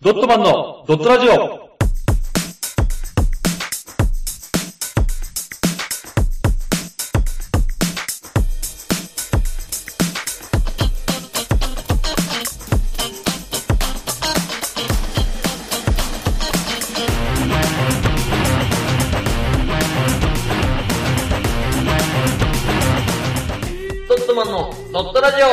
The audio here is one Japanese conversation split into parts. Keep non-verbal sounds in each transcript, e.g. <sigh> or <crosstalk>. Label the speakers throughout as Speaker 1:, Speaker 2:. Speaker 1: ドットマンのドットラジオ
Speaker 2: ドットマンのドットラジオ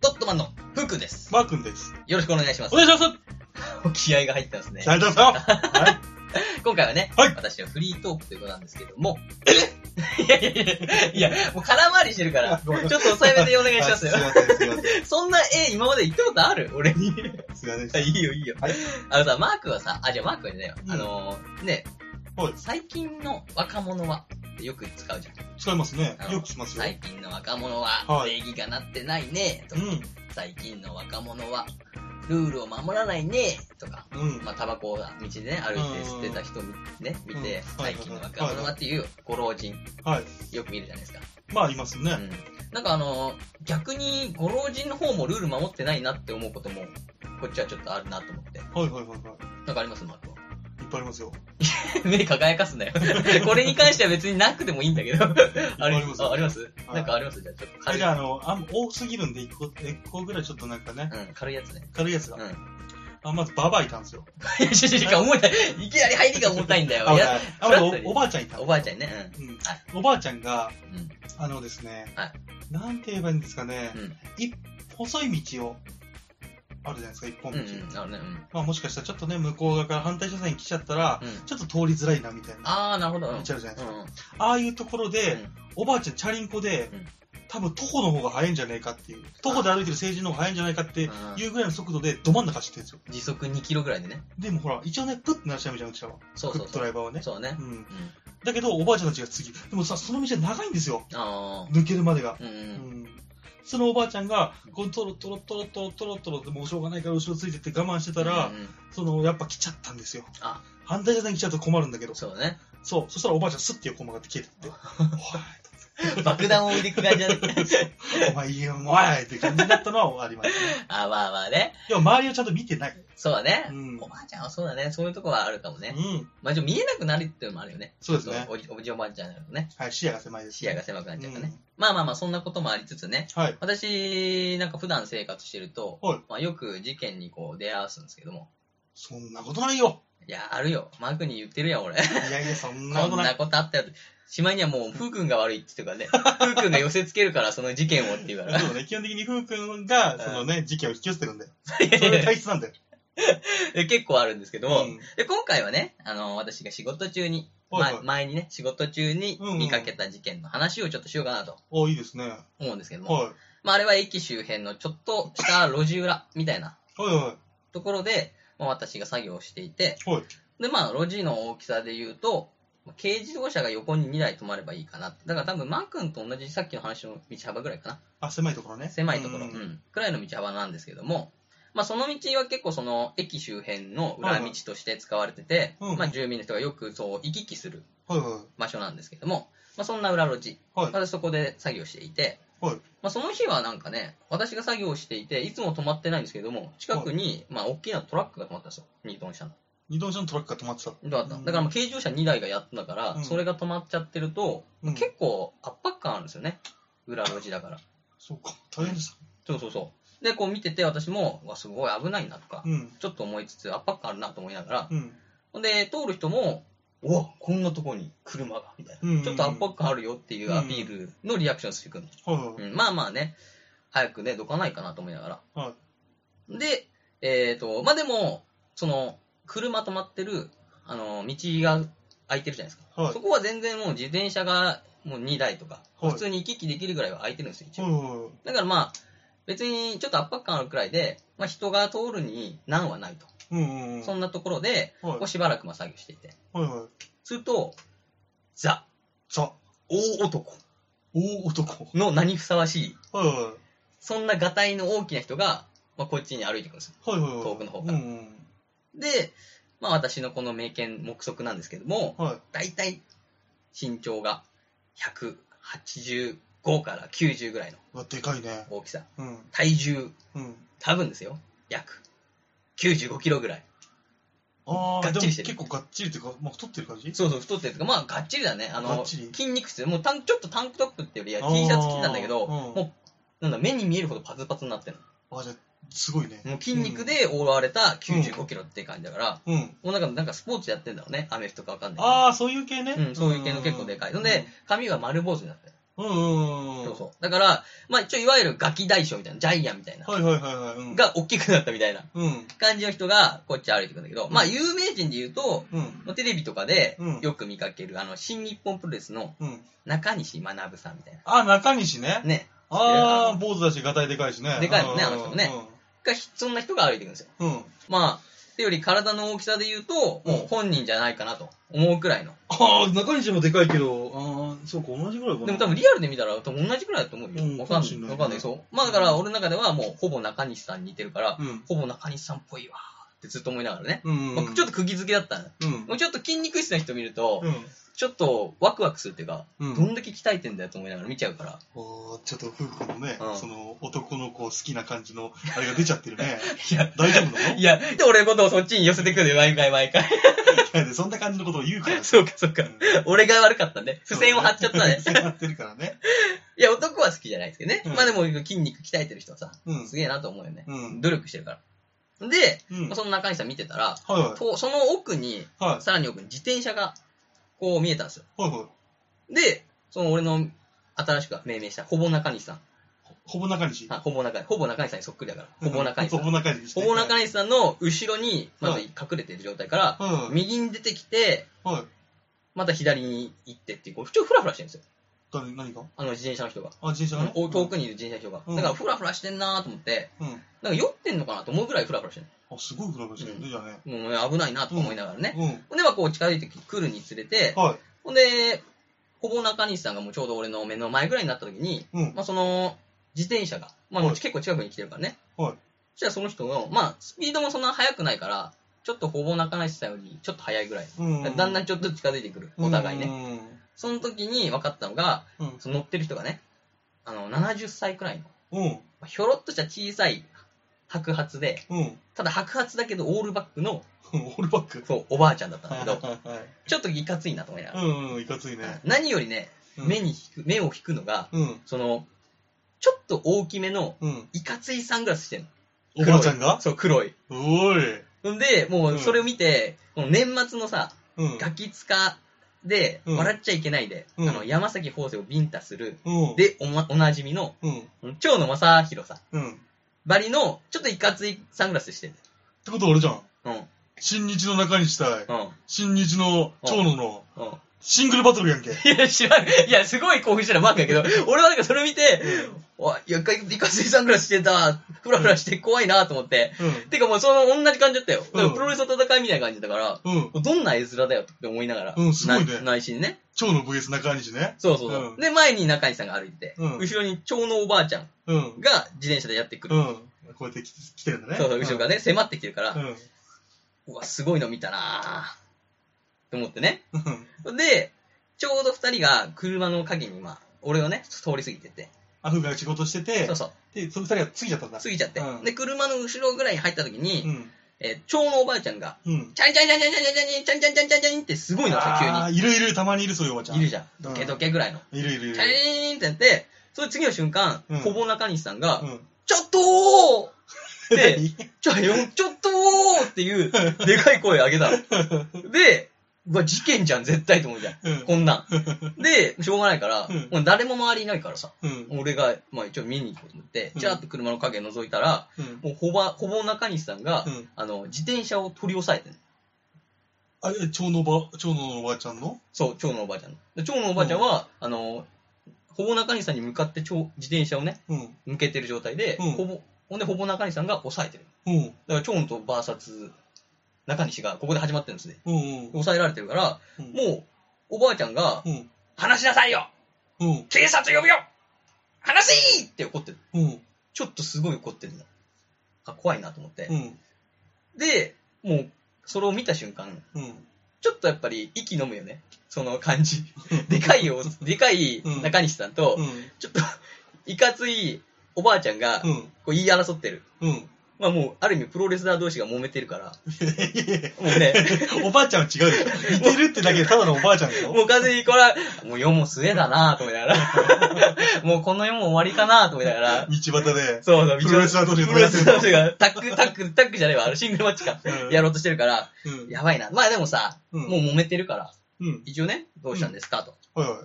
Speaker 2: ドットマンのふうくんです。
Speaker 3: マー君です。
Speaker 2: よろしくお願いします
Speaker 3: お。願いします
Speaker 2: 気合が入ってますね。<laughs>
Speaker 3: ありがとうございますは
Speaker 2: 今回はね、
Speaker 3: はい
Speaker 2: 私のフリートークということなんですけども。いやいやいやいや、もう空回りしてるから、ちょっと抑えめでお願いしますよ
Speaker 3: は。いすいません、すいませ
Speaker 2: そんな絵今まで言ったことある俺に。
Speaker 3: ん。すいませんでし
Speaker 2: あ
Speaker 3: た。
Speaker 2: いいよいいよ
Speaker 3: はい。
Speaker 2: あのさ、マークはさ、あ、じゃあマークはじゃないわ。
Speaker 3: うん
Speaker 2: あのー、ね
Speaker 3: はい、
Speaker 2: 最近の若者はってよく使うじゃん。
Speaker 3: 使いますね
Speaker 2: あ。の
Speaker 3: よくしますよ。
Speaker 2: 最近の若者
Speaker 3: は
Speaker 2: は、
Speaker 3: い
Speaker 2: 礼儀がなってないね、と
Speaker 3: う
Speaker 2: か、
Speaker 3: ん。
Speaker 2: 最近の若者は、ルールを守らないね、とか、
Speaker 3: うん。
Speaker 2: まあ、タバコを道でね、歩いて捨てた人みね、見て、
Speaker 3: うんは
Speaker 2: 最
Speaker 3: い
Speaker 2: 近の若者はっていうご老人、
Speaker 3: はい。
Speaker 2: よく見るじゃないですか。
Speaker 3: まあ、います
Speaker 2: う
Speaker 3: ね。
Speaker 2: ん。なんかあのー、逆にご老人の方もルール守ってないなって思うことも、こっちはちょっとあるなと思って。
Speaker 3: はいはいはいはい。
Speaker 2: なんかありますマークは。
Speaker 3: いっぱいありますよ。
Speaker 2: 目輝かすなよ。 <laughs> これに関しては別になくてもいいんだけど。あり
Speaker 3: あります
Speaker 2: ああります、
Speaker 3: はい
Speaker 2: なんかありますじゃあちょっと
Speaker 3: え
Speaker 2: 軽い。
Speaker 3: じゃあ、あの、あん多すぎるんで、一個、一個ぐらいちょっとなんかね、
Speaker 2: うん、軽いやつね。
Speaker 3: 軽いやつ
Speaker 2: う
Speaker 3: が
Speaker 2: ん。い。 <laughs>
Speaker 3: あ、まず、ババアいたんですよ。
Speaker 2: や、ちょちょちょ、重たい。いきなり入りが重たいんだよ。
Speaker 3: あ、
Speaker 2: い
Speaker 3: ま
Speaker 2: や
Speaker 3: ず、あまず
Speaker 2: フラットに
Speaker 3: おおばあちゃんいた。
Speaker 2: おばあちゃ
Speaker 3: ん。
Speaker 2: んにね。
Speaker 3: うん
Speaker 2: は。
Speaker 3: おばあちゃんが、
Speaker 2: うん。うん。
Speaker 3: あのですね
Speaker 2: はい、
Speaker 3: なんて言えばいいんですかね
Speaker 2: うん、
Speaker 3: 一、細い道を、あるじゃないですか、一本
Speaker 2: う
Speaker 3: 道。
Speaker 2: ん、なるほどね。うん。
Speaker 3: まあ、もしかしたらちょっとね、向こう側から反対車線に来ちゃったら、
Speaker 2: うん
Speaker 3: ちょっと通りづらいな、みたいな。
Speaker 2: あー、なるほど。うん。
Speaker 3: 道あるじゃないですか。
Speaker 2: うんうん
Speaker 3: ああいうところで、
Speaker 2: うん
Speaker 3: おばあちゃんチャリンコで、
Speaker 2: うん
Speaker 3: 多分徒歩の方が速いんじゃねえかっていう、徒歩で歩いてる成人の方が速いんじゃないかっていうぐらいの速度でど真ん中走ってるんですよ。
Speaker 2: 時速2キロぐらいでね。
Speaker 3: でもほら、一応ね、プッて鳴らしちゃうじゃん、うちらは。
Speaker 2: そうそう
Speaker 3: プッド
Speaker 2: そ
Speaker 3: ラ
Speaker 2: う。
Speaker 3: イバーはね。
Speaker 2: そうね
Speaker 3: う。ん。
Speaker 2: うん。
Speaker 3: だけど、おばあちゃんたちが次。でもさ、その道は長いんですよ。
Speaker 2: あ
Speaker 3: 抜けるまでが。
Speaker 2: ー。うんう。
Speaker 3: うんん。そのおばあちゃんが、こう、トロトロトロトロトロトロって、もうしょうがないから後ろついてって我慢してたら、
Speaker 2: うんうん、
Speaker 3: その、やっぱ来ちゃったんですよ。
Speaker 2: あ
Speaker 3: 反対車線来ちゃうと困るんだけど。
Speaker 2: そうね。
Speaker 3: そう。そしたらおばあちゃんスッて横曲がって消えてって。お
Speaker 2: 爆弾を置いてく感じだね。 <laughs>
Speaker 3: い、お前いいよ、お前って感じになったのはあります。
Speaker 2: あ、まあまあね。
Speaker 3: でも周りをちゃんと見てない。
Speaker 2: そうだね
Speaker 3: う。ん
Speaker 2: お。ばあちゃんはそうだね。そういうとこはあるかもね。
Speaker 3: うん。
Speaker 2: まあ、ちょっと見えなくなるっていうのもあるよね。
Speaker 3: そうですね。
Speaker 2: おじおじおばあちゃんだとね、
Speaker 3: はい、視野が狭いです。
Speaker 2: 視野が狭くなっちゃうからね。
Speaker 3: うん
Speaker 2: まあまあまあ、そんなこともありつつね。
Speaker 3: はい。
Speaker 2: 私、なんか普段生活してると、
Speaker 3: はい
Speaker 2: まあ、よく事件にこう出会わすんですけども。
Speaker 3: そんなことないよ。
Speaker 2: いや、あるよ。マークに言ってるやん、俺。
Speaker 3: いやいや、そんなこ
Speaker 2: ことん
Speaker 3: な。
Speaker 2: ないことあったよって。しまいにはもう、ふうくんが悪いって言って
Speaker 3: <laughs>
Speaker 2: るからね。ふうくんが寄せつけるから、その事件をって言うから。
Speaker 3: そうね、基本的にふうくんが、そのね、事件を引き寄せてるん
Speaker 2: <laughs>
Speaker 3: だよ。それが
Speaker 2: で
Speaker 3: 体質なんだよ。
Speaker 2: 結構あるんですけども、
Speaker 3: うん
Speaker 2: で今回はね、あの、私が仕事中に、
Speaker 3: はいは
Speaker 2: ま
Speaker 3: い。
Speaker 2: 前にね、仕事中に
Speaker 3: うんうん
Speaker 2: 見かけた事件の話をちょっとしようかなと
Speaker 3: おいいですね。は
Speaker 2: 思うんですけど
Speaker 3: い。
Speaker 2: も、
Speaker 3: は
Speaker 2: まあ、あれは駅周辺のちょっとした路地裏みたいない
Speaker 3: は
Speaker 2: ところで、まあ、私が作業をしていて、
Speaker 3: い。はい。
Speaker 2: で、まあ、路地の大きさで言うと、まあ軽自動車が横に2台止まればいいかなって。だから多分、マー君と同じさっきの話の道幅ぐらいか
Speaker 3: あ、狭いところ
Speaker 2: な。
Speaker 3: ね。
Speaker 2: 狭いところ、
Speaker 3: う
Speaker 2: うんん、くらいの道幅なんですけども、まあ、その道は結構その駅周辺の裏道として使われてて、
Speaker 3: はいはいうん
Speaker 2: まあ、住民の人がよくそう行き来する
Speaker 3: はいは
Speaker 2: 場所なんですけども、まあ、そんな裏路地、
Speaker 3: はい
Speaker 2: まあそこで作業していて、
Speaker 3: はい
Speaker 2: まあ、その日はなんかね私が作業していていつも止まってないんですけども近くに、まあ大きなトラックが止まったんですよ2トン車の
Speaker 3: い。二度車のトラックが止まってた。
Speaker 2: だった
Speaker 3: うん
Speaker 2: だからもう軽自動車2台がやったから、
Speaker 3: うん
Speaker 2: それが止まっちゃってると、
Speaker 3: うん
Speaker 2: 結構圧迫感あるんですよね裏路地だから
Speaker 3: そうか。大変でした。
Speaker 2: そうそうそうでこう見てて私もうわすごい危ないなとか、
Speaker 3: うん。
Speaker 2: ちょっと思いつつ圧迫感あるなと思いながら、
Speaker 3: うん。
Speaker 2: ほんで通る人もうわこんなとこに車がみたいな、
Speaker 3: うん
Speaker 2: ちょっと圧迫感あるよっていうアピールのリアクションしてくるの
Speaker 3: はいはい。
Speaker 2: うん、まあまあね、早くね、どかないかなと思いながら。
Speaker 3: は
Speaker 2: で、えっ、と、まあでも、その、車止まってる、あの、道が空いてるじゃないですか。
Speaker 3: はい
Speaker 2: そこは全然もう自転車がもう2台とか、
Speaker 3: はい
Speaker 2: 普通に行き来できるぐらいは空いてるんですよ、一応。
Speaker 3: はいは
Speaker 2: だからまあ、別にちょっと圧迫感あるくらいで、まあ人が通るに難はないと。
Speaker 3: い。うんうんうん。
Speaker 2: そ
Speaker 3: はい
Speaker 2: んなところで、
Speaker 3: はい
Speaker 2: こうしばらくまあ作業していて。
Speaker 3: はい。
Speaker 2: すると、ザ、
Speaker 3: ザ、
Speaker 2: 大男
Speaker 3: 大男。
Speaker 2: の名にふさわしい、
Speaker 3: はいはい。
Speaker 2: そんながたいの大きな人が、まあこっちに歩いてくるんですよ
Speaker 3: はいはいはい。
Speaker 2: 遠くの方から
Speaker 3: うんうん。
Speaker 2: で、まあ私のこの名犬、目測なんですけども、
Speaker 3: はい。
Speaker 2: 大体身長が185 5から90ぐらいの
Speaker 3: うわでかいね。
Speaker 2: 大きさ。
Speaker 3: うん。
Speaker 2: 体重、
Speaker 3: うん。
Speaker 2: 多分ですよ。約95キロぐらい。
Speaker 3: あ
Speaker 2: が
Speaker 3: あ、
Speaker 2: っ
Speaker 3: でも
Speaker 2: ちりしてる
Speaker 3: 結構がっちりっていうか、まあ、太ってる感じ
Speaker 2: そうそう、太ってるとか、まあ、がっちりだね。あ
Speaker 3: が
Speaker 2: の、
Speaker 3: っちり
Speaker 2: 筋肉質。もうタン、ちょっとタンクトップっていうより
Speaker 3: あ
Speaker 2: は
Speaker 3: ー
Speaker 2: T シャツ着てたんだけど、
Speaker 3: うん
Speaker 2: もう、なんだ、目に見えるほどパツパツになってる
Speaker 3: あ、じゃあ、すごいね。
Speaker 2: の。もう筋肉で覆われた95キロって感じだから、
Speaker 3: うん。
Speaker 2: もうなんか、なんかスポーツやってんだろうね。アメフトかわかんないけど。
Speaker 3: ああ、そういう系ね。
Speaker 2: うん、そういう系の結構でかい。ので、、髪は丸坊主になってる。
Speaker 3: うんうんうん。
Speaker 2: そうそう。だから、まあ一応いわゆるガキ大将みたいな、ジャイアンみたいな、
Speaker 3: はいはいはいはい。うん、、
Speaker 2: が大きくなったみたいな
Speaker 3: うん。
Speaker 2: 感じの人がこっち歩いてくんだけど、まあ有名人で言うと、
Speaker 3: うん。
Speaker 2: テレビとかで
Speaker 3: うん
Speaker 2: よく見かける、あの、新日本プロレスの
Speaker 3: うん。
Speaker 2: 中西学さんみたい
Speaker 3: あ、中西ね
Speaker 2: な。。ね。
Speaker 3: ああ、坊主だし、がたいでかいしね。
Speaker 2: でかいもんね
Speaker 3: うん
Speaker 2: あの人もねが、そんな人が歩いてくんですよ。
Speaker 3: うん。うん。
Speaker 2: まあ、ってより体の大きさで言うと、
Speaker 3: うん
Speaker 2: もう本人じゃないかなと思うくらいの。
Speaker 3: ああ、中西もでかいけど、ああ、そうか、同じぐらいかな。
Speaker 2: でも多分リアルで見たら多分同じくらいだと思う
Speaker 3: うん
Speaker 2: よ。わかん
Speaker 3: かもしん
Speaker 2: な。
Speaker 3: ないい
Speaker 2: わかんない。そう。まあだから俺の中ではもうほぼ中西さんに似てるから、
Speaker 3: うん。
Speaker 2: ほぼ中西さんっぽいわーってずっと思いながらね。
Speaker 3: うんうん。
Speaker 2: まあちょっと釘付けだったの。
Speaker 3: と、うん
Speaker 2: も。うちょっと筋肉質な人見ると、
Speaker 3: うん。
Speaker 2: ちょっとワクワクするっていうか、
Speaker 3: うん
Speaker 2: どんだけ鍛えてんだよと思いながら見ちゃうから。
Speaker 3: おーちょっと夫婦のね、
Speaker 2: うん
Speaker 3: その男の子好きな感じのあれが出ちゃってるね。
Speaker 2: <laughs> いや、
Speaker 3: 大丈夫なの
Speaker 2: いや、で俺のことをそっちに寄せてくるよ、毎回毎回。 <laughs>
Speaker 3: いやでそんな感じのことを言うから
Speaker 2: そうか、そうか
Speaker 3: うん。
Speaker 2: 俺が悪かったね。付箋を貼っちゃったね
Speaker 3: 付。箋貼ってるからね。
Speaker 2: いや、男は好きじゃないですけどね。
Speaker 3: うん
Speaker 2: まあでも筋肉鍛えてる人はさ、
Speaker 3: う
Speaker 2: <laughs>
Speaker 3: ん
Speaker 2: す。げえなと思うよね。
Speaker 3: うん
Speaker 2: 努力してるから。で、
Speaker 3: うん。
Speaker 2: まあ
Speaker 3: はい
Speaker 2: その中西さん見てたら、
Speaker 3: はい。
Speaker 2: とその奥に、
Speaker 3: はい。
Speaker 2: さらに奥に自転車が、こう見えたんですよ。
Speaker 3: はいはい。
Speaker 2: で、その俺の新しく命名した、ほぼ中西さん。
Speaker 3: ほぼ中西。
Speaker 2: あほぼ中西。ほぼ中西さんにそっくりだから。ほぼ中西さ
Speaker 3: ほ
Speaker 2: ん。
Speaker 3: ぼ中西です
Speaker 2: ほ
Speaker 3: ね。
Speaker 2: ぼ中西さんの後ろに、まず
Speaker 3: はい
Speaker 2: 隠れてる状態から、
Speaker 3: うん。
Speaker 2: 右に出てきて、
Speaker 3: はい。
Speaker 2: また左に行ってっていう、こうちょっとフラフラしてるんですよ。
Speaker 3: 誰、何が
Speaker 2: あの自転車の人が。
Speaker 3: あ、自転車ね。
Speaker 2: お遠くにいる自転車の人
Speaker 3: う
Speaker 2: が。だ
Speaker 3: ん
Speaker 2: からフラフラしてんなーと思って、
Speaker 3: うん。うん。
Speaker 2: なんか酔ってんのかなと思うぐらいフラフラして
Speaker 3: あ、すごいフラフラしてるね、じゃあね。
Speaker 2: る。もうね危ないなとか思いながらね。
Speaker 3: う
Speaker 2: ほんで、まあこう近づいてくるにつれて、
Speaker 3: ん。はい。
Speaker 2: ほんで、ほぼ中西さんがもうちょうど俺の目の前ぐらいになった時に、
Speaker 3: うん。
Speaker 2: まあ、その、自転車が、まあ、
Speaker 3: はい
Speaker 2: 結構近くに来てるからね。
Speaker 3: はい
Speaker 2: そしたらその人の、まあ、スピードもそんな速くないから、ちょっとほぼ中西さんよりちょっと速いぐらい。
Speaker 3: うん。
Speaker 2: だんだんちょっと近づいてくる。お互いね。その時に分かったのが、
Speaker 3: うん。うん。
Speaker 2: その乗ってる人がね、あの、70歳くらいの、
Speaker 3: うん。
Speaker 2: まあひょろっとした小さい白髪で、
Speaker 3: うん。
Speaker 2: ただ白髪だけどオールバックの、
Speaker 3: オールバック。
Speaker 2: そう、おばあちゃんだったんだけど、
Speaker 3: はいはいはい。
Speaker 2: ちょっといかついなと思いながら。
Speaker 3: うんうん、いかついね。
Speaker 2: 何よりね、
Speaker 3: うん
Speaker 2: 目に引く、目を引くのが、
Speaker 3: うん。
Speaker 2: その、ちょっと大きめの、
Speaker 3: うん。
Speaker 2: いかついサングラスしてんの。
Speaker 3: おばあちゃん
Speaker 2: 黒
Speaker 3: が
Speaker 2: いそう、黒い。
Speaker 3: おい。
Speaker 2: んで、もうそれを見て、この年末のさ、
Speaker 3: うん。
Speaker 2: ガキ使で、
Speaker 3: うん
Speaker 2: 笑っちゃいけないで、
Speaker 3: うん
Speaker 2: あの、山崎法政をビンタする、
Speaker 3: うん。、
Speaker 2: で、お,、ま、おなじみの、
Speaker 3: うん。
Speaker 2: 蝶野正宏さん、
Speaker 3: うん。っ
Speaker 2: バリの、ちょっといかついサングラスしてる。
Speaker 3: てことはあれじゃん。
Speaker 2: うん、うん、
Speaker 3: 新日の中西対、
Speaker 2: う
Speaker 3: 新日の長野の
Speaker 2: ん。
Speaker 3: シングルバトルやんけ。
Speaker 2: いや、知らん。いや、すごい興奮してる漫画やけど、俺はなんかそれ見て
Speaker 3: うん、
Speaker 2: わ、いや、いかついサングラスしてた、フラフラして怖いなと思って。
Speaker 3: う
Speaker 2: てかもうその同じ感じだったよ。だから
Speaker 3: うん
Speaker 2: プロレスの戦いみたいな感じだから、
Speaker 3: ん。うん。
Speaker 2: どんな絵面だよって思いながら、
Speaker 3: うんすごいね
Speaker 2: な内心ね。
Speaker 3: 長野 VS 中西ね。
Speaker 2: そうそうそう、
Speaker 3: うん
Speaker 2: で、前に中西さんが歩いてて、
Speaker 3: うん
Speaker 2: 後ろに蝶のおばあちゃん
Speaker 3: うん。
Speaker 2: が自転車でやってく
Speaker 3: う
Speaker 2: る。
Speaker 3: ん。こうやって来て来てるんだね。
Speaker 2: そうそう、後ろがね、迫ってきてるから、
Speaker 3: う。
Speaker 2: うんわ、すごいの見たなぁ。と思ってね。
Speaker 3: うん。
Speaker 2: で、ちょうど二人が車の陰に、まあ、俺をね、通り過ぎてて、
Speaker 3: アフが仕事してて
Speaker 2: そう、そう、
Speaker 3: で、その二人が過ぎちゃったんだ。
Speaker 2: 過ぎちゃって、
Speaker 3: うん
Speaker 2: で、車の後ろぐらいに入った時に、
Speaker 3: うん。
Speaker 2: えー蝶のおばあちゃんが、
Speaker 3: うん。
Speaker 2: チャンチャンチャンチャンチャンチャンチャンチャンチャンチャンチャンチャンチャンってすごいのさ、急
Speaker 3: あ
Speaker 2: に。
Speaker 3: ーいるいる、たまにいる、そういうおばちゃん。
Speaker 2: いるじゃん。
Speaker 3: う
Speaker 2: ド
Speaker 3: ん
Speaker 2: ケドケぐらいの。
Speaker 3: いるいるい
Speaker 2: チ
Speaker 3: る
Speaker 2: ャ。リーンってやって、その次の瞬間、
Speaker 3: うん
Speaker 2: ほぼ中西さんが、
Speaker 3: うん。
Speaker 2: ちょっとーっ
Speaker 3: <laughs>
Speaker 2: て、
Speaker 3: 何
Speaker 2: ちょ、ちょっとーっていう、でかい声上げたの。で、うわ、事件じゃん、絶対と思うじゃん。
Speaker 3: うん
Speaker 2: こんなん。で、しょうがないから、
Speaker 3: うん
Speaker 2: もう誰も周りいないからさ、
Speaker 3: うん。
Speaker 2: 俺が、まあ一応見に行こうと思って
Speaker 3: う、ん
Speaker 2: ちゃーっと車の影覗いたら、
Speaker 3: うん。
Speaker 2: もうほぼ、ほぼ中西さんが、
Speaker 3: うん
Speaker 2: あの、自転車を取り押さえてる。
Speaker 3: あ、え、蝶のおば、蝶のおばあちゃんの
Speaker 2: そう、蝶のおばあちゃんの。で蝶のおばあちゃんは、あの、ほぼ中西さんに向かって蝶自転車をね、
Speaker 3: うん。
Speaker 2: 向けてる状態で、
Speaker 3: うん
Speaker 2: ほぼ、ほんで、ほぼ中西さんが抑えてる。
Speaker 3: うん。
Speaker 2: だから、チョンとバーサツ、中西が、ここで始まってるんですね。
Speaker 3: うんうん。
Speaker 2: 抑えられてるから、
Speaker 3: うん
Speaker 2: もう、おばあちゃんが、
Speaker 3: うん。
Speaker 2: 話しなさいよ
Speaker 3: うん。
Speaker 2: 警察呼ぶよ話せーって怒ってる。
Speaker 3: うん。
Speaker 2: ちょっとすごい怒ってるの。あ、怖いなと思って
Speaker 3: う。ん。
Speaker 2: で、もう、それを見た瞬間、
Speaker 3: うん。
Speaker 2: ちょっとやっぱり、息飲むよね。その感じ。 <laughs> でかいよ、でかい中西さんと、
Speaker 3: う
Speaker 2: ちょっと、いかついおばあちゃんが、
Speaker 3: ん。うん。
Speaker 2: こう言い争ってる。
Speaker 3: うん。 <laughs>
Speaker 2: まあもう、ある意味プロレスラー同士が揉めてるから、
Speaker 3: いやいや
Speaker 2: もうね、
Speaker 3: おばあちゃんは違うでしょ。似てるってだけでただのおばあちゃんでしょ。
Speaker 2: もう完全にこれは、もう世も末だなぁと思いながら、
Speaker 3: <laughs>
Speaker 2: もうこの世も終わりかなぁと思いながら、
Speaker 3: 道端で。
Speaker 2: そうそう、
Speaker 3: プロレスラー同士が
Speaker 2: プロレスラー同士が、タック、タック、タックじゃないわ、あのシングルマッチか、
Speaker 3: うん
Speaker 2: やろうとしてるから、
Speaker 3: うん。
Speaker 2: やばいな。まあでもさ、
Speaker 3: うん
Speaker 2: もう揉めてるから、
Speaker 3: うん。
Speaker 2: 一応ね、どうしたんですかと
Speaker 3: はいはい。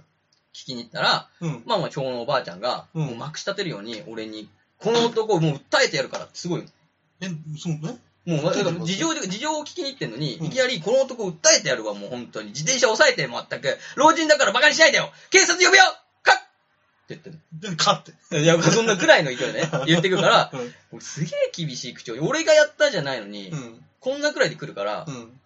Speaker 2: 聞きに行ったら、
Speaker 3: うん。
Speaker 2: まあまあ、今日のおばあちゃんが、
Speaker 3: うん
Speaker 2: もうまくし立てるように、俺に、この男をもう訴えてやるからってすごいの。
Speaker 3: え、そうね。
Speaker 2: もう、だ
Speaker 3: どうい
Speaker 2: か
Speaker 3: うこ
Speaker 2: ら
Speaker 3: と
Speaker 2: 事情で、事情を聞きに行ってんのに、
Speaker 3: うん
Speaker 2: いきなりこの男を訴えてやるわ、もう本当に。自転車押さえて、全く。老人だから馬鹿にしないでよ警察呼べよかっって言ってん
Speaker 3: で、勝って。
Speaker 2: の。いや、そんなくらいの勢いでね、言ってくるから、
Speaker 3: うん。
Speaker 2: 俺すげえ厳しい口調。俺がやったじゃないのに、
Speaker 3: うん。
Speaker 2: こんなくらいで来るから
Speaker 3: う、ん。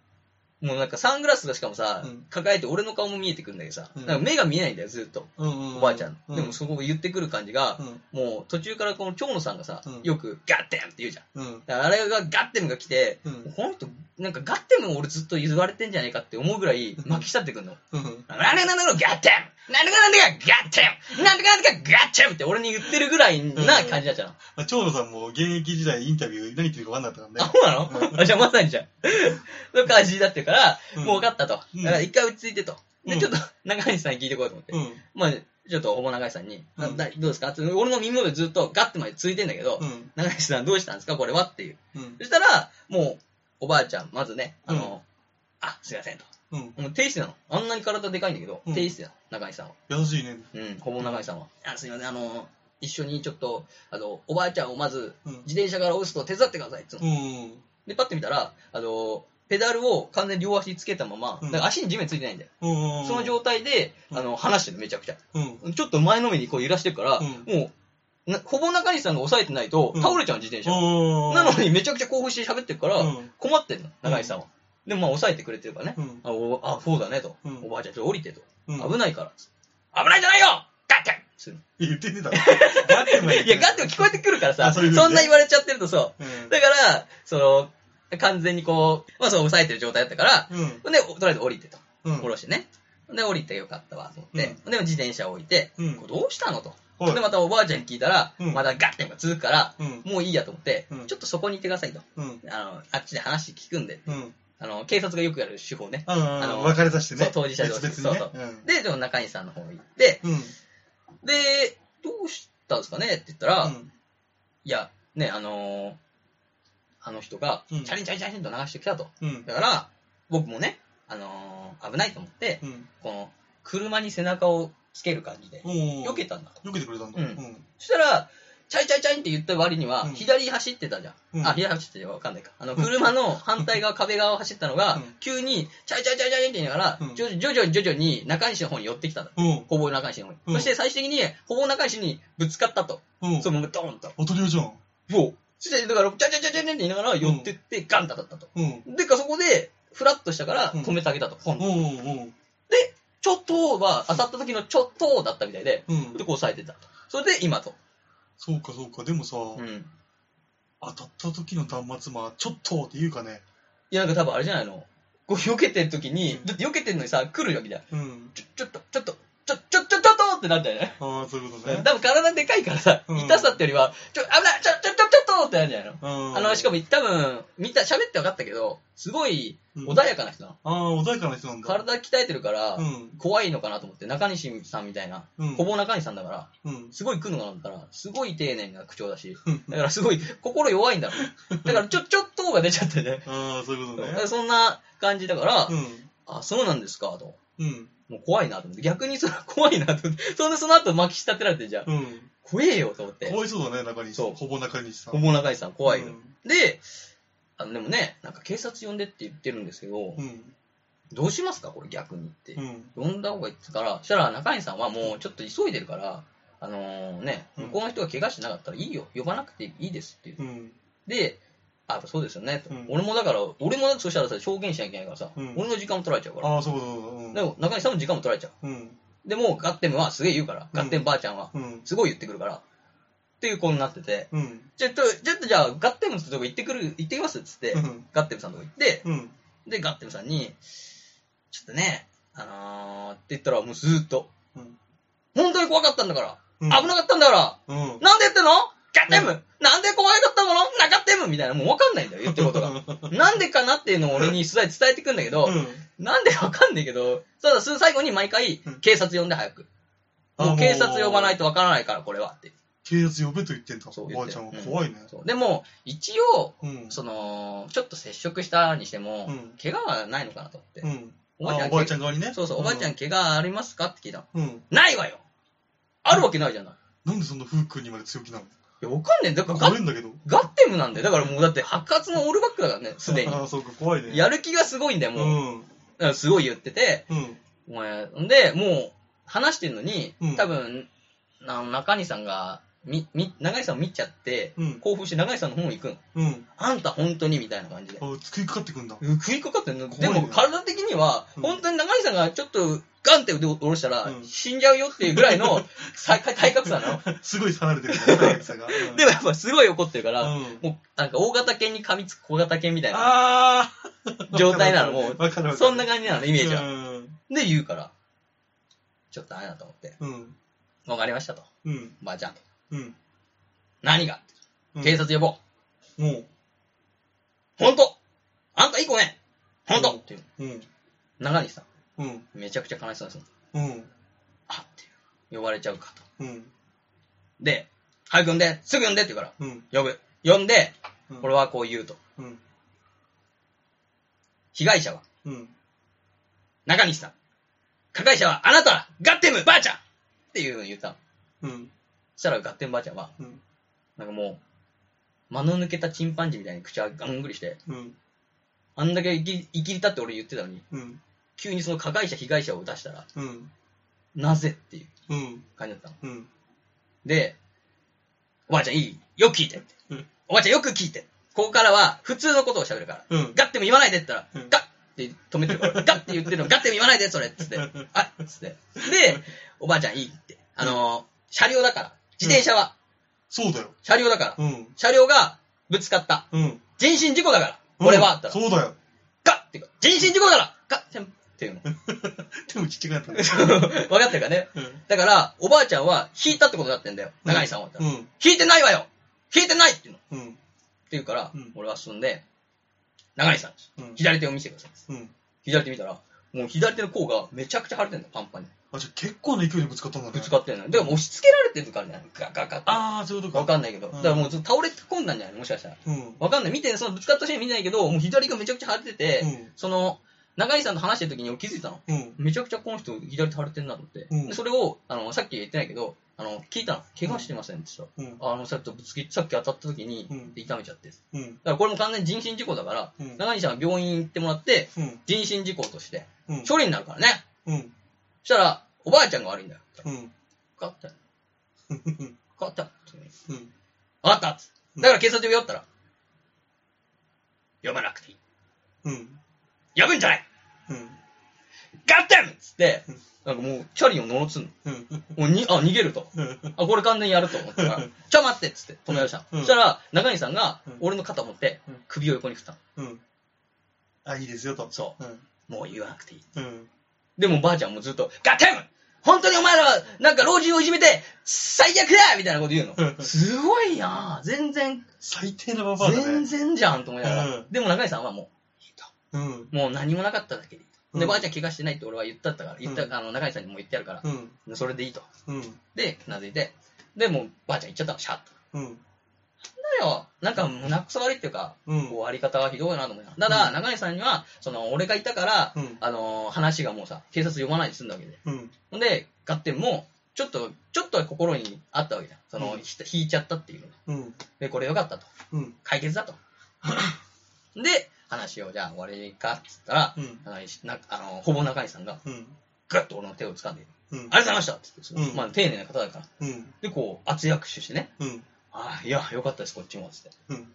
Speaker 2: もうなんかサングラスがしかもさ、
Speaker 3: うん
Speaker 2: 抱えて俺の顔も見えてくるんだけどさ、
Speaker 3: うん
Speaker 2: なんか目が見えないんだよ、ずっと。
Speaker 3: うん。
Speaker 2: おばあちゃんの。
Speaker 3: う
Speaker 2: でも、そこを言ってくる感じが、
Speaker 3: うん。
Speaker 2: もう途中からこの蝶野さんがさ、
Speaker 3: うん
Speaker 2: よくガッテンって言うじゃん。
Speaker 3: うん。
Speaker 2: だからあれがガッテンが来て、
Speaker 3: うん。
Speaker 2: この人、なんかガッテンも俺ずっと言われてんじゃないかって思うぐらい
Speaker 3: うん
Speaker 2: 巻き立ってくんの。
Speaker 3: うん。
Speaker 2: なんでかなんでかガッテンなんでかなんでかガッテンなんでかなんでかガッテンって俺に言ってるぐらいな感じだったの。
Speaker 3: まあ、長野さんも現役時代インタビュー何言ってるか分かんなかったか
Speaker 2: あ、
Speaker 3: らね。
Speaker 2: そうなのあじゃあまさにじゃん。の感じだってるから、
Speaker 3: うん
Speaker 2: もう分かったと。
Speaker 3: うん
Speaker 2: だから一回落ち着いてと。で、
Speaker 3: うん
Speaker 2: ちょっと中西さんに聞いてこようと思って。
Speaker 3: うん。
Speaker 2: まあ、ちょっとほぼ中西さんに、な
Speaker 3: うん
Speaker 2: などうですかって俺の耳元でずっとガッテンまでついてんだけど、
Speaker 3: うん。
Speaker 2: 中西さんどうしたんですかこれはっていう。
Speaker 3: うん。
Speaker 2: そしたら、もう、おばあちゃん、まずね、あの、
Speaker 3: う
Speaker 2: あ、すいませんと。
Speaker 3: うん。
Speaker 2: もう低姿勢なの。あんなに体でかいんだけど、
Speaker 3: うん
Speaker 2: 低姿勢なの、中井さんは。
Speaker 3: 優しいね。
Speaker 2: うん、ほぼ中井さんは。あ、すいません、あの、一緒にちょっと、あの、おばあちゃんをまず、
Speaker 3: うん。
Speaker 2: 自転車から押すと手伝ってください、いつも。
Speaker 3: うん。
Speaker 2: で、パッて見たら、あの、ペダルを完全に両足つけたまま、
Speaker 3: うん
Speaker 2: だから足に地面ついてないんだよ。
Speaker 3: うん。
Speaker 2: その状態で、
Speaker 3: うん
Speaker 2: あの、離してる、めちゃくちゃ。
Speaker 3: うん。
Speaker 2: ちょっと前のめりにこう揺らしてるから、
Speaker 3: うん
Speaker 2: もう、なほぼ中西さんが押さえてないと、
Speaker 3: うん
Speaker 2: 倒れちゃうの、自転車。
Speaker 3: な
Speaker 2: なのに、めちゃくちゃ興奮して喋ってるから、
Speaker 3: うん。
Speaker 2: 困ってんの、中井さんは。でもまあ抑えてくれてるからね。
Speaker 3: うん。
Speaker 2: あ、おあそうだねと。
Speaker 3: うん
Speaker 2: おばあちゃんちょっと降りてと。
Speaker 3: うん。
Speaker 2: 危ないからっつって。危ないじゃないよガッテンす
Speaker 3: <laughs>
Speaker 2: る
Speaker 3: 言ってねえ
Speaker 2: <laughs>
Speaker 3: だろ。ガッテンも言っ
Speaker 2: い
Speaker 3: て
Speaker 2: や、
Speaker 3: ね
Speaker 2: ガッテン聞こえてくるからさ、
Speaker 3: あ
Speaker 2: そ
Speaker 3: そういうふうにね
Speaker 2: んな言われちゃってるとそうう。
Speaker 3: ん
Speaker 2: だから、その、完全にこう、まあそう抑えてる状態だったから、
Speaker 3: うん。
Speaker 2: で、おとりあえず降りてと。
Speaker 3: うん。
Speaker 2: 下ろしてね。で、降りてよかったわと思って、で、自転車置いて、
Speaker 3: うん
Speaker 2: これどうしたのと。
Speaker 3: はい
Speaker 2: で、またおばあちゃんに聞いたら、
Speaker 3: うん
Speaker 2: まだガッテンが続くから、
Speaker 3: うん。
Speaker 2: もういいやと思って、
Speaker 3: うん
Speaker 2: ちょっとそこにいてくださいと。
Speaker 3: うん。
Speaker 2: あの、あっちで話聞くんで、
Speaker 3: うん。
Speaker 2: あの、警察がよくやる手法ね。
Speaker 3: あの、別れさせてね。
Speaker 2: そう当事者同士
Speaker 3: 別々にね
Speaker 2: そう
Speaker 3: うん
Speaker 2: で、でも中西さんの方行って、
Speaker 3: うん。
Speaker 2: で、どうしたんですかねって言ったら、
Speaker 3: う
Speaker 2: い
Speaker 3: ん
Speaker 2: や、ね、あのーあの人が、
Speaker 3: うん
Speaker 2: チャリンチャリンチャリンと流してきたと。
Speaker 3: うん。
Speaker 2: だから、僕もね、あのー危ないと思って、
Speaker 3: うん。
Speaker 2: この、車に背中をつける感じで、
Speaker 3: 避
Speaker 2: 避けたんだと。
Speaker 3: 避けてくれたんだ。
Speaker 2: うん
Speaker 3: うん。
Speaker 2: そしたら、チャリチャリチャリンって言った割には、
Speaker 3: うん
Speaker 2: 左走ってたじゃん。
Speaker 3: うん
Speaker 2: あ、左走ってたよ、わかんないか。あの、車の反対側、壁側を走ったのが、
Speaker 3: うん
Speaker 2: 急に、チャリチャリチャリチャリンって言いながら、
Speaker 3: うん
Speaker 2: 徐々に徐々に徐々に中西の方に寄ってきたんだ。
Speaker 3: うん。
Speaker 2: ほぼ中西の方に。
Speaker 3: うん
Speaker 2: そして最終的に、ほぼ中西にぶつかったと。
Speaker 3: うん。
Speaker 2: そのままドーンと。
Speaker 3: おとりよじゃん。
Speaker 2: そう。そして、だから、チャチャチャチャチャって言いながら寄ってって、ガンタだったと。
Speaker 3: うん。
Speaker 2: でか、そこで、フラッとしたから、
Speaker 3: うん
Speaker 2: 止めてあげたと。ポン
Speaker 3: う
Speaker 2: と
Speaker 3: ん。うん。
Speaker 2: ちょっとは、当たった時のちょっとだったみたいで、
Speaker 3: うん
Speaker 2: で、。こう抑えてたと。それで、今と。
Speaker 3: そうか、そうか。でもさ、
Speaker 2: うん。
Speaker 3: 当たった時の端末まあちょっとって言うかね。
Speaker 2: いや、なんか多分あれじゃないの。こう、避けてる時に
Speaker 3: う、ん
Speaker 2: だって避けてるのにさ、来るよ、みたいな。
Speaker 3: うん。
Speaker 2: ちょ、ちょっと、ちょっと、ちょ、ちょ、ちょ、ちょっとってなったよね。
Speaker 3: ああ、そういうこと
Speaker 2: 多
Speaker 3: ね。
Speaker 2: 分体でかいからさ、
Speaker 3: うん
Speaker 2: 痛さってよりは、ちょ、危ないちょ、ちょ、ちょ、ちょっとってなるんじゃないの
Speaker 3: あ
Speaker 2: あの、しか
Speaker 3: も、
Speaker 2: も多分、見た、喋って分かったけど、すごい
Speaker 3: うん
Speaker 2: 穏やかな人なの。
Speaker 3: ああ、穏やかな人なんだ。
Speaker 2: 体鍛えてるから
Speaker 3: う、ん。
Speaker 2: 怖いのかなと思って、中西さんみたいな、
Speaker 3: うん。
Speaker 2: ほぼ中西さんだから、
Speaker 3: うん。 <laughs>
Speaker 2: すごい来るのかなと思ったら、すごい丁寧な口調だし、
Speaker 3: うん
Speaker 2: だからすごい心弱いんだろうね。だからちょ、ちょっとが出ちゃってね。
Speaker 3: ああ、そういうことね
Speaker 2: だか。らそんな感じだから、
Speaker 3: うん。
Speaker 2: あ、そうなんですか、と。
Speaker 3: うん。
Speaker 2: もう怖いなと思って、逆にその怖いなと思 <laughs> って、そんでその後巻き立てられてんじゃん。
Speaker 3: うん。
Speaker 2: 怖えよと思って。
Speaker 3: かわいそうだね、中西。
Speaker 2: そう
Speaker 3: ほぼ中西さん。
Speaker 2: ほぼ中井さん怖いよ。
Speaker 3: うん
Speaker 2: で、あのでもね、なんか警察呼んでって言ってるんですけど、
Speaker 3: うん。
Speaker 2: どうしますかこれ逆にって
Speaker 3: う。ん。
Speaker 2: 呼んだ方がいいって言ったから、そしたら中井さんはもうちょっと急いでるから、あのーね、
Speaker 3: うん
Speaker 2: 向こうの人が怪我してなかったらいいよ。呼ばなくていいですって言って。
Speaker 3: うん。
Speaker 2: で、あ、そうですよねと。
Speaker 3: うん
Speaker 2: 俺もだから、俺もそしたらさ、証言しなきゃいけないからさ、
Speaker 3: うん
Speaker 2: 俺の時間も取られちゃうから。
Speaker 3: ああ、そういうことだ。うん。
Speaker 2: でも中井さんも時間も取られちゃ
Speaker 3: うん。
Speaker 2: う。でもガッテンはすげえ言うから、
Speaker 3: うん
Speaker 2: ガッテンばあちゃんは。
Speaker 3: うん。
Speaker 2: すごい言ってくるから。っていう子になってて、
Speaker 3: うん。
Speaker 2: ちょっと、ちょっとじゃあ、ガッテムさんのとこ行ってくる、行ってきますっつって、
Speaker 3: うん。
Speaker 2: ガッテムさんのとこ行って、
Speaker 3: うん。
Speaker 2: で、ガッテムさんに、ちょっとね、あのー、って言ったらもうずーっと、
Speaker 3: うん
Speaker 2: 本当に怖かったんだから、
Speaker 3: うん
Speaker 2: 危なかったんだから、
Speaker 3: うん。
Speaker 2: なんでやってんのキャッテム、
Speaker 3: う
Speaker 2: なんで怖かったものなかったむみたいな、もうわかんないんだよ、言ってることが。
Speaker 3: <laughs>
Speaker 2: なんでかなっていうのを俺に伝え伝えてくんだけど、
Speaker 3: うん
Speaker 2: なんでわかんないけど、ただす最後に毎回
Speaker 3: うん、
Speaker 2: 警察呼んで早く。
Speaker 3: あ
Speaker 2: もう警察呼ばない
Speaker 3: も
Speaker 2: とわからないから、これはって。
Speaker 3: う警察呼べと言ってんだ。
Speaker 2: そう
Speaker 3: お
Speaker 2: 言っ
Speaker 3: ばあ
Speaker 2: て
Speaker 3: ちゃんは
Speaker 2: うん
Speaker 3: 怖いね。
Speaker 2: そうでも、一応、
Speaker 3: うん。
Speaker 2: その、ちょっと接触したにしても、
Speaker 3: うん
Speaker 2: 怪我はないのかなと思って。
Speaker 3: うん。
Speaker 2: おばあちゃ
Speaker 3: あ
Speaker 2: ん
Speaker 3: おばあちゃん側にね。
Speaker 2: そうそう、おばあちゃん怪我ありますかって聞いたの。
Speaker 3: うん。うん。
Speaker 2: ないわよあるわけないじゃない。
Speaker 3: なんでそんなフックにまで強気なの
Speaker 2: いや、わかんねえ。だから
Speaker 3: ご
Speaker 2: ガ
Speaker 3: めんだけど。
Speaker 2: ガッテムなんだよ。だからもうだって白髪のオールバックだからね、すでに
Speaker 3: あ。あ、そうか、怖いね。
Speaker 2: やる気がすごいんだよ、
Speaker 3: う
Speaker 2: もう。
Speaker 3: ん。
Speaker 2: だからすごい言ってて、
Speaker 3: うん。
Speaker 2: お前、んで、もう、話してるのに
Speaker 3: うん、
Speaker 2: 多分、な中西さんが、み、み、中西さんを見ちゃって、
Speaker 3: うん。
Speaker 2: 興奮して中西さんの方行くの。
Speaker 3: うん。
Speaker 2: あんた本当にみたいな感じで。
Speaker 3: あ、作りかかってくんだ。
Speaker 2: うん食いかかってんの
Speaker 3: 怖い
Speaker 2: でも
Speaker 3: ね
Speaker 2: 体的には、
Speaker 3: うん
Speaker 2: 本当に中西さんがちょっとガンって腕を下ろしたら
Speaker 3: う、ん
Speaker 2: 死んじゃうよっていうぐらいの <laughs> さ体格差なの。
Speaker 3: すごい離れてるから、大学生が。うん
Speaker 2: でもやっぱすごい怒ってるから、
Speaker 3: うん。
Speaker 2: もうなんか大型犬に噛みつく小型犬みたいな
Speaker 3: ああ
Speaker 2: 状態なの、もう。
Speaker 3: わかるわかる。
Speaker 2: そんな感じなの、イメージは。
Speaker 3: は。
Speaker 2: で、言うから、ちょっとあれだと思って、
Speaker 3: うん。
Speaker 2: わかりましたと、
Speaker 3: うん。
Speaker 2: ばあちゃん。
Speaker 3: うん。
Speaker 2: 何が
Speaker 3: うん
Speaker 2: 警察呼ぼう。
Speaker 3: も
Speaker 2: 本当あんたいい子ね本当
Speaker 3: うん
Speaker 2: っていう。
Speaker 3: う。うん。
Speaker 2: 中西さ
Speaker 3: うん。
Speaker 2: ん、めちゃくちゃ悲しそうですよ。
Speaker 3: うん。
Speaker 2: あっていう。呼ばれちゃうかと。
Speaker 3: うん。
Speaker 2: で、早く呼んで、すぐ呼んでって言うから。
Speaker 3: うん。
Speaker 2: 呼ぶ。呼んで、
Speaker 3: うん
Speaker 2: 俺はこう言うと。
Speaker 3: うん。
Speaker 2: 被害者は
Speaker 3: うん。
Speaker 2: 中西さん。加害者はあなたガッテムばあちゃんっていうのを言ったの。
Speaker 3: うん。
Speaker 2: そしたらガッテムばあちゃんは、
Speaker 3: うん
Speaker 2: なんかもう、間の抜けたチンパンジーみたいに口はがんぐりして、
Speaker 3: うん。
Speaker 2: あんだけ生き生きりたって俺言ってたのに、
Speaker 3: うん。
Speaker 2: 急にその加害者、被害者を出したら、
Speaker 3: うん。
Speaker 2: なぜっていう
Speaker 3: うん。
Speaker 2: 感じだったの。
Speaker 3: うん。
Speaker 2: で、おばあちゃんいいよく聞いてって
Speaker 3: うん
Speaker 2: おばあちゃんよく聞いて。ここからは普通のことを喋るから。
Speaker 3: うん。
Speaker 2: ガッても言わないでって言ったら、
Speaker 3: うん
Speaker 2: ガッって止めてる
Speaker 3: <laughs>
Speaker 2: から、ガッて言ってるの、ガッても言わないで、それっつって、あっつって。で、おばあちゃんいいって。あのー車両だから。自転車は、
Speaker 3: そうだよ。
Speaker 2: 車両だから。
Speaker 3: うん。
Speaker 2: 車両がぶつかった。
Speaker 3: うん。
Speaker 2: 人身事故だから。俺は、ったら、
Speaker 3: そうだ
Speaker 2: <laughs>
Speaker 3: よ。
Speaker 2: ガッて言うから人身事故だからガッてんっていうの。
Speaker 3: 手もちっちゃくなった。
Speaker 2: 分かってるかね。
Speaker 3: うん。
Speaker 2: だから、おばあちゃんは引いたってことだってんだよ。長井さんは。
Speaker 3: うん。
Speaker 2: 引いてないわよ引いてないっていうの。って
Speaker 3: うん。
Speaker 2: 言うから、
Speaker 3: うん
Speaker 2: 俺は進んで、長井さん、
Speaker 3: うん。
Speaker 2: 左手を見せてください。
Speaker 3: うん。
Speaker 2: 左手見たら、もう左手の甲がめちゃくちゃ腫れてんだよ、パンパンに。
Speaker 3: あ、じゃあ結構な勢いでぶつかったんだね。
Speaker 2: ぶつかってんの。でも押し付けられてるからね、ガガガガ
Speaker 3: ああ、そういうこと
Speaker 2: わ
Speaker 3: か。
Speaker 2: かんないけど。
Speaker 3: うん
Speaker 2: だからもうずっと倒れ込んだんじゃないのもしかしたら。
Speaker 3: うん。
Speaker 2: わかんない。見て、そのぶつかったシーン見てないけど、もう左がめちゃくちゃ腫れてて、
Speaker 3: うん。
Speaker 2: その、中西さんと話してる時に俺気づいたの。
Speaker 3: うん。
Speaker 2: めちゃくちゃこの人左手腫れてんなと思って。
Speaker 3: うん
Speaker 2: でそれを、あの、さっき言ってないけど、あの、聞いたの。怪我してませんって言っ
Speaker 3: うん。
Speaker 2: たら。あの、さっきぶつけ、さっき当たった時に
Speaker 3: うん、
Speaker 2: 痛めちゃって。だ
Speaker 3: うん。
Speaker 2: からこれも完全に人身事故だから、
Speaker 3: うん。
Speaker 2: 中西さんは病院行ってもらって、
Speaker 3: うん。
Speaker 2: 人身事故として、
Speaker 3: うん。
Speaker 2: 処理になるからね。
Speaker 3: うん。
Speaker 2: そしたら、おばあちゃんが悪いんだよ。
Speaker 3: うん。
Speaker 2: わかった。わ
Speaker 3: う
Speaker 2: か
Speaker 3: ん。
Speaker 2: った。わ
Speaker 3: うん。
Speaker 2: かったっつってだから警察呼びよったら、呼ばなくてい
Speaker 3: うん。
Speaker 2: い。呼ぶんじゃない
Speaker 3: うん。
Speaker 2: ガッテンっつって、なんかもう、チャリを乗ろつんの。
Speaker 3: うん。
Speaker 2: もうに、あ、逃げると。
Speaker 3: うん。
Speaker 2: あ、これ完全にやると思ったから、ちょ、待ってっつって止めました。
Speaker 3: うん
Speaker 2: そしたら、中西さんが
Speaker 3: うん、
Speaker 2: 俺の肩を持って
Speaker 3: うん、
Speaker 2: 首を横に振ったの。
Speaker 3: うん。あ、いいですよと。。
Speaker 2: そう
Speaker 3: うん。
Speaker 2: う。もう言わなくていい。
Speaker 3: うん。
Speaker 2: でもばあちゃんもずっと、ガッテン本当にお前らは、なんか老人をいじめて、最悪だみたいなこと言うの。すごいなぁ。全然
Speaker 3: 最低なババアだね。
Speaker 2: 全然じゃんと思いながら、
Speaker 3: うん
Speaker 2: でも中井さんはもういいと
Speaker 3: うん。
Speaker 2: もう何もなかっただけでいいと、
Speaker 3: う
Speaker 2: で
Speaker 3: ん
Speaker 2: ばあちゃん怪我してないって俺は言ったったから言った、
Speaker 3: うん
Speaker 2: あの中井さんにも言ってやるから、
Speaker 3: うん。
Speaker 2: それでいいと
Speaker 3: うん。
Speaker 2: でうなずいてでもうばあちゃん行っちゃったのシャッと
Speaker 3: うん。
Speaker 2: だよなんか胸くそ悪いっていうか、
Speaker 3: うん。
Speaker 2: 終わり方はひどいなと思いながらただ、
Speaker 3: うん
Speaker 2: 中井さんにはその俺がいたから、
Speaker 3: うん。
Speaker 2: あのー話がもうさ警察呼ばないで済んだわけで
Speaker 3: うん。
Speaker 2: ほんでガッテンもちょっとちょっとは心にあったわけだその、
Speaker 3: うん
Speaker 2: ひ引いちゃったっていうのが
Speaker 3: うん。
Speaker 2: でこれよかったと
Speaker 3: うん。
Speaker 2: 解決だと。 <laughs> で、話をじゃあ終わりかっつったら、
Speaker 3: うん。
Speaker 2: あのいしなあのほぼ中西さんが
Speaker 3: うん。
Speaker 2: グッと俺の手を掴んで、
Speaker 3: うん。
Speaker 2: ありがとうございましたっつって、
Speaker 3: うん
Speaker 2: まあ丁寧な方だから。
Speaker 3: うん。
Speaker 2: で、こう、圧握手してね、
Speaker 3: うん。
Speaker 2: ああ、いや、よかったです、こっちも、つって。
Speaker 3: うん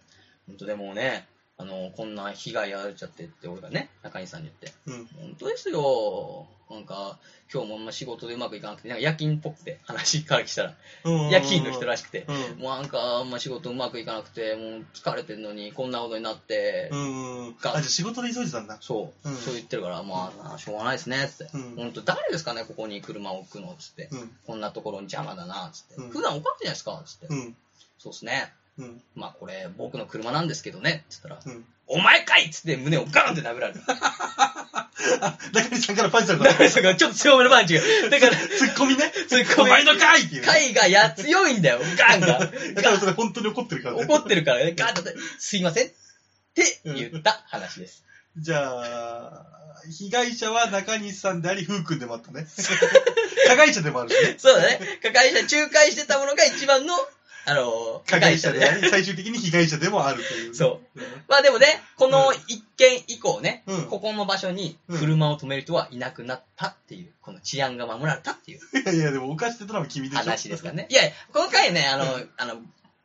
Speaker 2: ほんとでもね、あの、こんな被害あっちゃってって、俺がね、中西さんに言って。
Speaker 3: うん。
Speaker 2: 本当ですよ。なんか、今日もあんま仕事でうまくいかなくて、なんか夜勤っぽくて、話からしたら。
Speaker 3: うん
Speaker 2: 夜勤の人らしくて。
Speaker 3: うん。
Speaker 2: もうなんか、あんま仕事うまくいかなくて、もう疲れてるのに、こんなことになって、
Speaker 3: うん。うんあ、じゃあ仕事で急いでたんだ。
Speaker 2: そう、
Speaker 3: うん
Speaker 2: そう言ってるから、まあ、しょうがないですね、つって。
Speaker 3: うん
Speaker 2: 本当誰ですかね、ここに車を置くの、つって。
Speaker 3: うん。
Speaker 2: こんなところに邪魔だな、つって。
Speaker 3: うん
Speaker 2: 普段置かないじゃないですか、つって。
Speaker 3: うん。
Speaker 2: そうですね。
Speaker 3: うん。
Speaker 2: まあこれ、僕の車なんですけどね、つったら、
Speaker 3: うん。
Speaker 2: お前かいっつって胸をガンって殴られる。
Speaker 3: あ、中西さんからパンチされた
Speaker 2: 中西さんがちょっと強めのパンチが。だから、
Speaker 3: ツッコミね。
Speaker 2: ツッコ
Speaker 3: お
Speaker 2: ミ。
Speaker 3: 前のかいっていう。
Speaker 2: 回がや強いんだよ、ガンが。
Speaker 3: だ <laughs> からそれ本当に怒ってるからね。
Speaker 2: 怒ってるからね、ガンって、すいません。って言った話です。
Speaker 3: じゃあ、被害者は中西さんであり、ふうくんでもあったね。加害者でもあるしね。
Speaker 2: <laughs> そうだね。加害者、仲介してたものが一番の、あの、
Speaker 3: 加害者であ
Speaker 2: ね。
Speaker 3: り、最終的に被害者でもあるという。。
Speaker 2: そうまあでもね、この一件以降ね、
Speaker 3: うん
Speaker 2: ここの場所に車を止める人はいなくなったっていう、この治安が守られたっていう
Speaker 3: いやいや、でも、犯してたのは君でしょ。
Speaker 2: 話ですからね。いやいや、この回ね、あの、あの、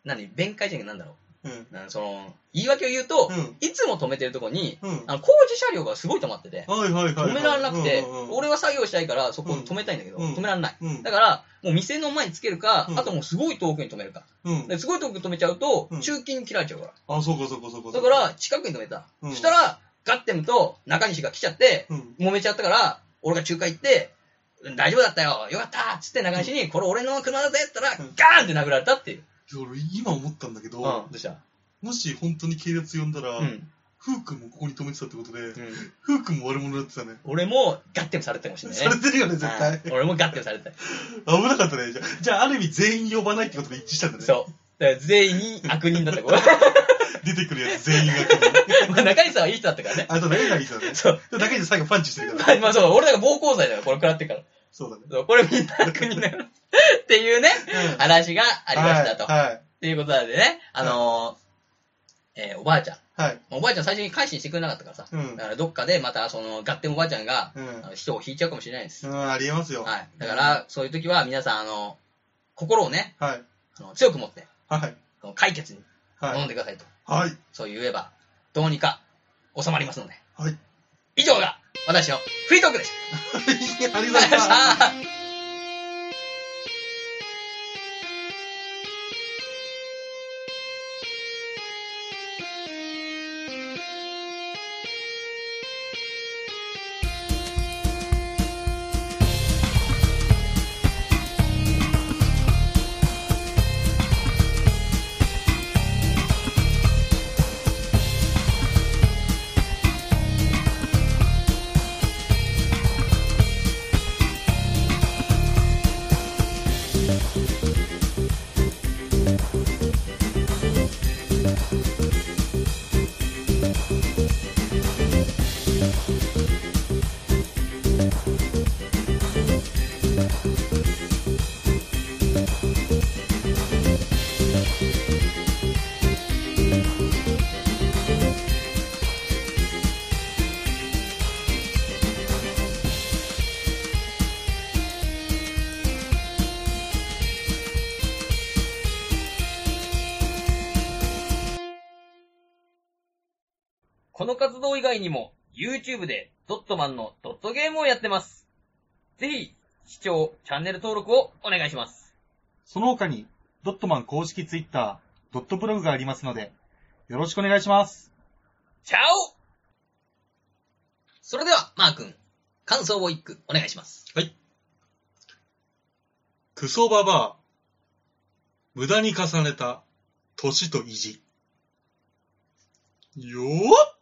Speaker 2: 何、弁解じゃなくてなんだろ
Speaker 3: うん。
Speaker 2: うな。その、言い訳を言うと、
Speaker 3: うん。
Speaker 2: いつも止めてるとこに、
Speaker 3: うん。
Speaker 2: あの工事車両がすごい止まってて、
Speaker 3: はいはいはい。
Speaker 2: 止められなくて、
Speaker 3: うんうんうん
Speaker 2: 俺は作業したいからそこ止めたいんだけど、
Speaker 3: うん
Speaker 2: 止められない。
Speaker 3: うん
Speaker 2: だから、もう店の前につけるか、
Speaker 3: うん
Speaker 2: あともうすごい遠くに止めるか。
Speaker 3: うん。
Speaker 2: ですごい遠くに止めちゃうと
Speaker 3: う、ん
Speaker 2: 中金切られちゃうから。
Speaker 3: あ、そうかそうかそうか。
Speaker 2: だか、ら、近くに止めた。
Speaker 3: うん
Speaker 2: そしたら、ガッテムと中西が来ちゃって、
Speaker 3: うん。
Speaker 2: 揉めちゃったから、俺が仲介行って、うん大丈夫だったよよかったっつって中西に、これ俺の車だぜって言ったら
Speaker 3: うん、
Speaker 2: ガーンって殴られたっていう。
Speaker 3: 俺、今思ったんだけ
Speaker 2: うん。ど
Speaker 3: ど、
Speaker 2: うした
Speaker 3: もし本当に警察呼んだら
Speaker 2: う、ん。
Speaker 3: ふうくんもここに止めてたってことで
Speaker 2: う、ん
Speaker 3: ふうくんも悪者になってたね。
Speaker 2: 俺もガッテムされてたかもしれない
Speaker 3: さ
Speaker 2: ね
Speaker 3: れ。てるよね、絶対。
Speaker 2: うん俺もガッテムされてた。
Speaker 3: 危なかったね。じゃあ、じゃあある意味全員呼ばないってことで一致したんだね。
Speaker 2: そう。だから全員悪人だった。これ
Speaker 3: <laughs> 出てくるやつ全員が来る。
Speaker 2: まあ中西さんはいい人だったからね。
Speaker 3: あと、中がいい人だね。
Speaker 2: そう。
Speaker 3: でも中西最後パンチしてるか
Speaker 2: ま
Speaker 3: ら。
Speaker 2: あ、まあそう、俺らが暴行罪だから、これ食らってるから。
Speaker 3: そうだね。
Speaker 2: そう、これみんな悪人だから。っていうね、
Speaker 3: うん
Speaker 2: 話がありましたと。
Speaker 3: はい。はい
Speaker 2: っていうことなんでね、あのーえーおばあちゃん。
Speaker 3: はい。
Speaker 2: おばあちゃん最初に改心してくれなかったからさ。
Speaker 3: うん
Speaker 2: だ。からどっかでまた、その、ガッテンおばあちゃんが、
Speaker 3: うん
Speaker 2: あの人を引いちゃうかもしれないです。
Speaker 3: うん。ありえますよ。
Speaker 2: はい。だから、そういう時は皆さん、あの、心をね、
Speaker 3: はい。
Speaker 2: あの強く持って、
Speaker 3: はい。
Speaker 2: この解決に
Speaker 3: は
Speaker 2: 飲ん
Speaker 3: い。
Speaker 2: でくださいと。
Speaker 3: はい。 <laughs>
Speaker 2: そう言えば、どうにか収まりますので。
Speaker 3: はい。
Speaker 2: 以上が、私のフリートークでした。
Speaker 3: ありがとうございました。
Speaker 2: <laughs> この活動以外にも、YouTube でドットマンのドットゲームをやってます。ぜひ、視聴、チャンネル登録をお願いします。
Speaker 4: その他に、ドットマン公式ツイッター、ドットブログがありますので、よろしくお願いします。
Speaker 2: チャオそれでは、マー君、感想を一句お願いします。
Speaker 3: クソババア。無駄に重ねた、歳と意地。よーっ